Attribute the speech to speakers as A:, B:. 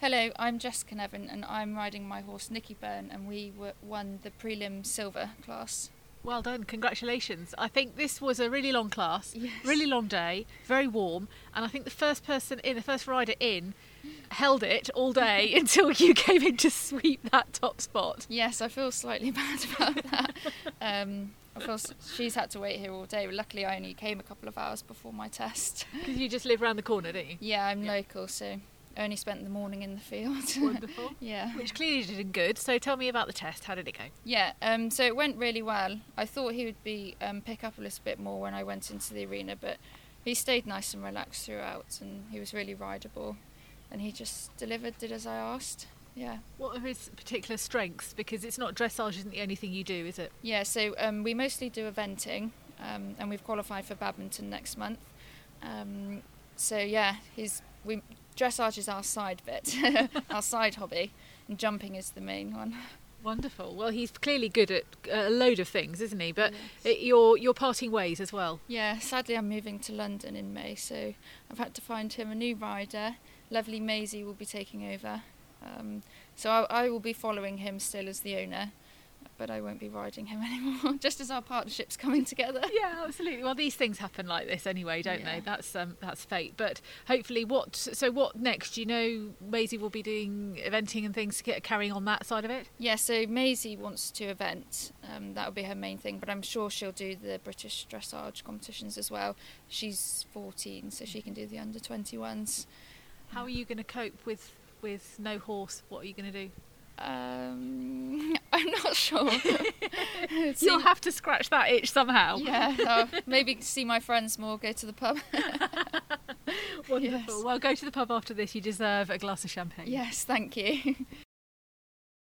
A: Hello, I'm Jessica Nevin, and I'm riding my horse Nicky Byrne, and we w- won the prelim silver class.
B: Well done, congratulations. I think this was a really long class,
A: Yes.
B: really long day, very warm, and I think the first person in, the first rider in, held it all day until you came in to sweep that top spot.
A: Yes, I feel slightly bad about that. um, of course, she's had to wait here all day. But luckily, I only came a couple of hours before my test.
B: Because you just live round the corner, don't you?
A: Yeah, I'm local, so I only spent the morning in the field.
B: Wonderful.
A: yeah.
B: Which clearly did not good. So tell me about the test. How did it go?
A: Yeah, um, so it went really well. I thought he would be um, pick up a little bit more when I went into the arena, but he stayed nice and relaxed throughout, and he was really rideable, and he just delivered, did as I asked. Yeah,
B: What are his particular strengths? Because it's not dressage isn't the only thing you do, is it?
A: yeah. So um, we mostly do eventing, um, and we've qualified for badminton next month. Um, so yeah, his we dressage is our side bit, our side hobby, and jumping is the main one.
B: Wonderful. Well, he's clearly good at a load of things, isn't he? But
A: Yes.
B: it, you're you're parting ways as well.
A: Yeah, sadly I'm moving to London in May, so I've had to find him a new rider. Lovely Maisie will be taking over. Um, so I, I will be following him still as the owner, but I won't be riding him anymore, just as our partnership's coming together.
B: Yeah, absolutely. Well, these things happen like this anyway, don't
A: Yeah.
B: they? That's um, that's fate. But hopefully, what so what next? Do you know Maisie will be doing eventing and things, ca- carrying on that side of it.
A: Yeah, so Maisie wants to event. Um, that will be her main thing, but I'm sure she'll do the British dressage competitions as well. She's 14, so she can do the under 21s.
B: How are you going to cope with with no horse? What are you going to do?
A: Um, I'm not sure. It's
B: You'll have to scratch that itch somehow.
A: Yeah, I'll maybe see my friends more, go to the pub.
B: Wonderful.
A: Yes.
B: Well, go to the pub after this. You deserve a glass of champagne.
A: yes, thank you.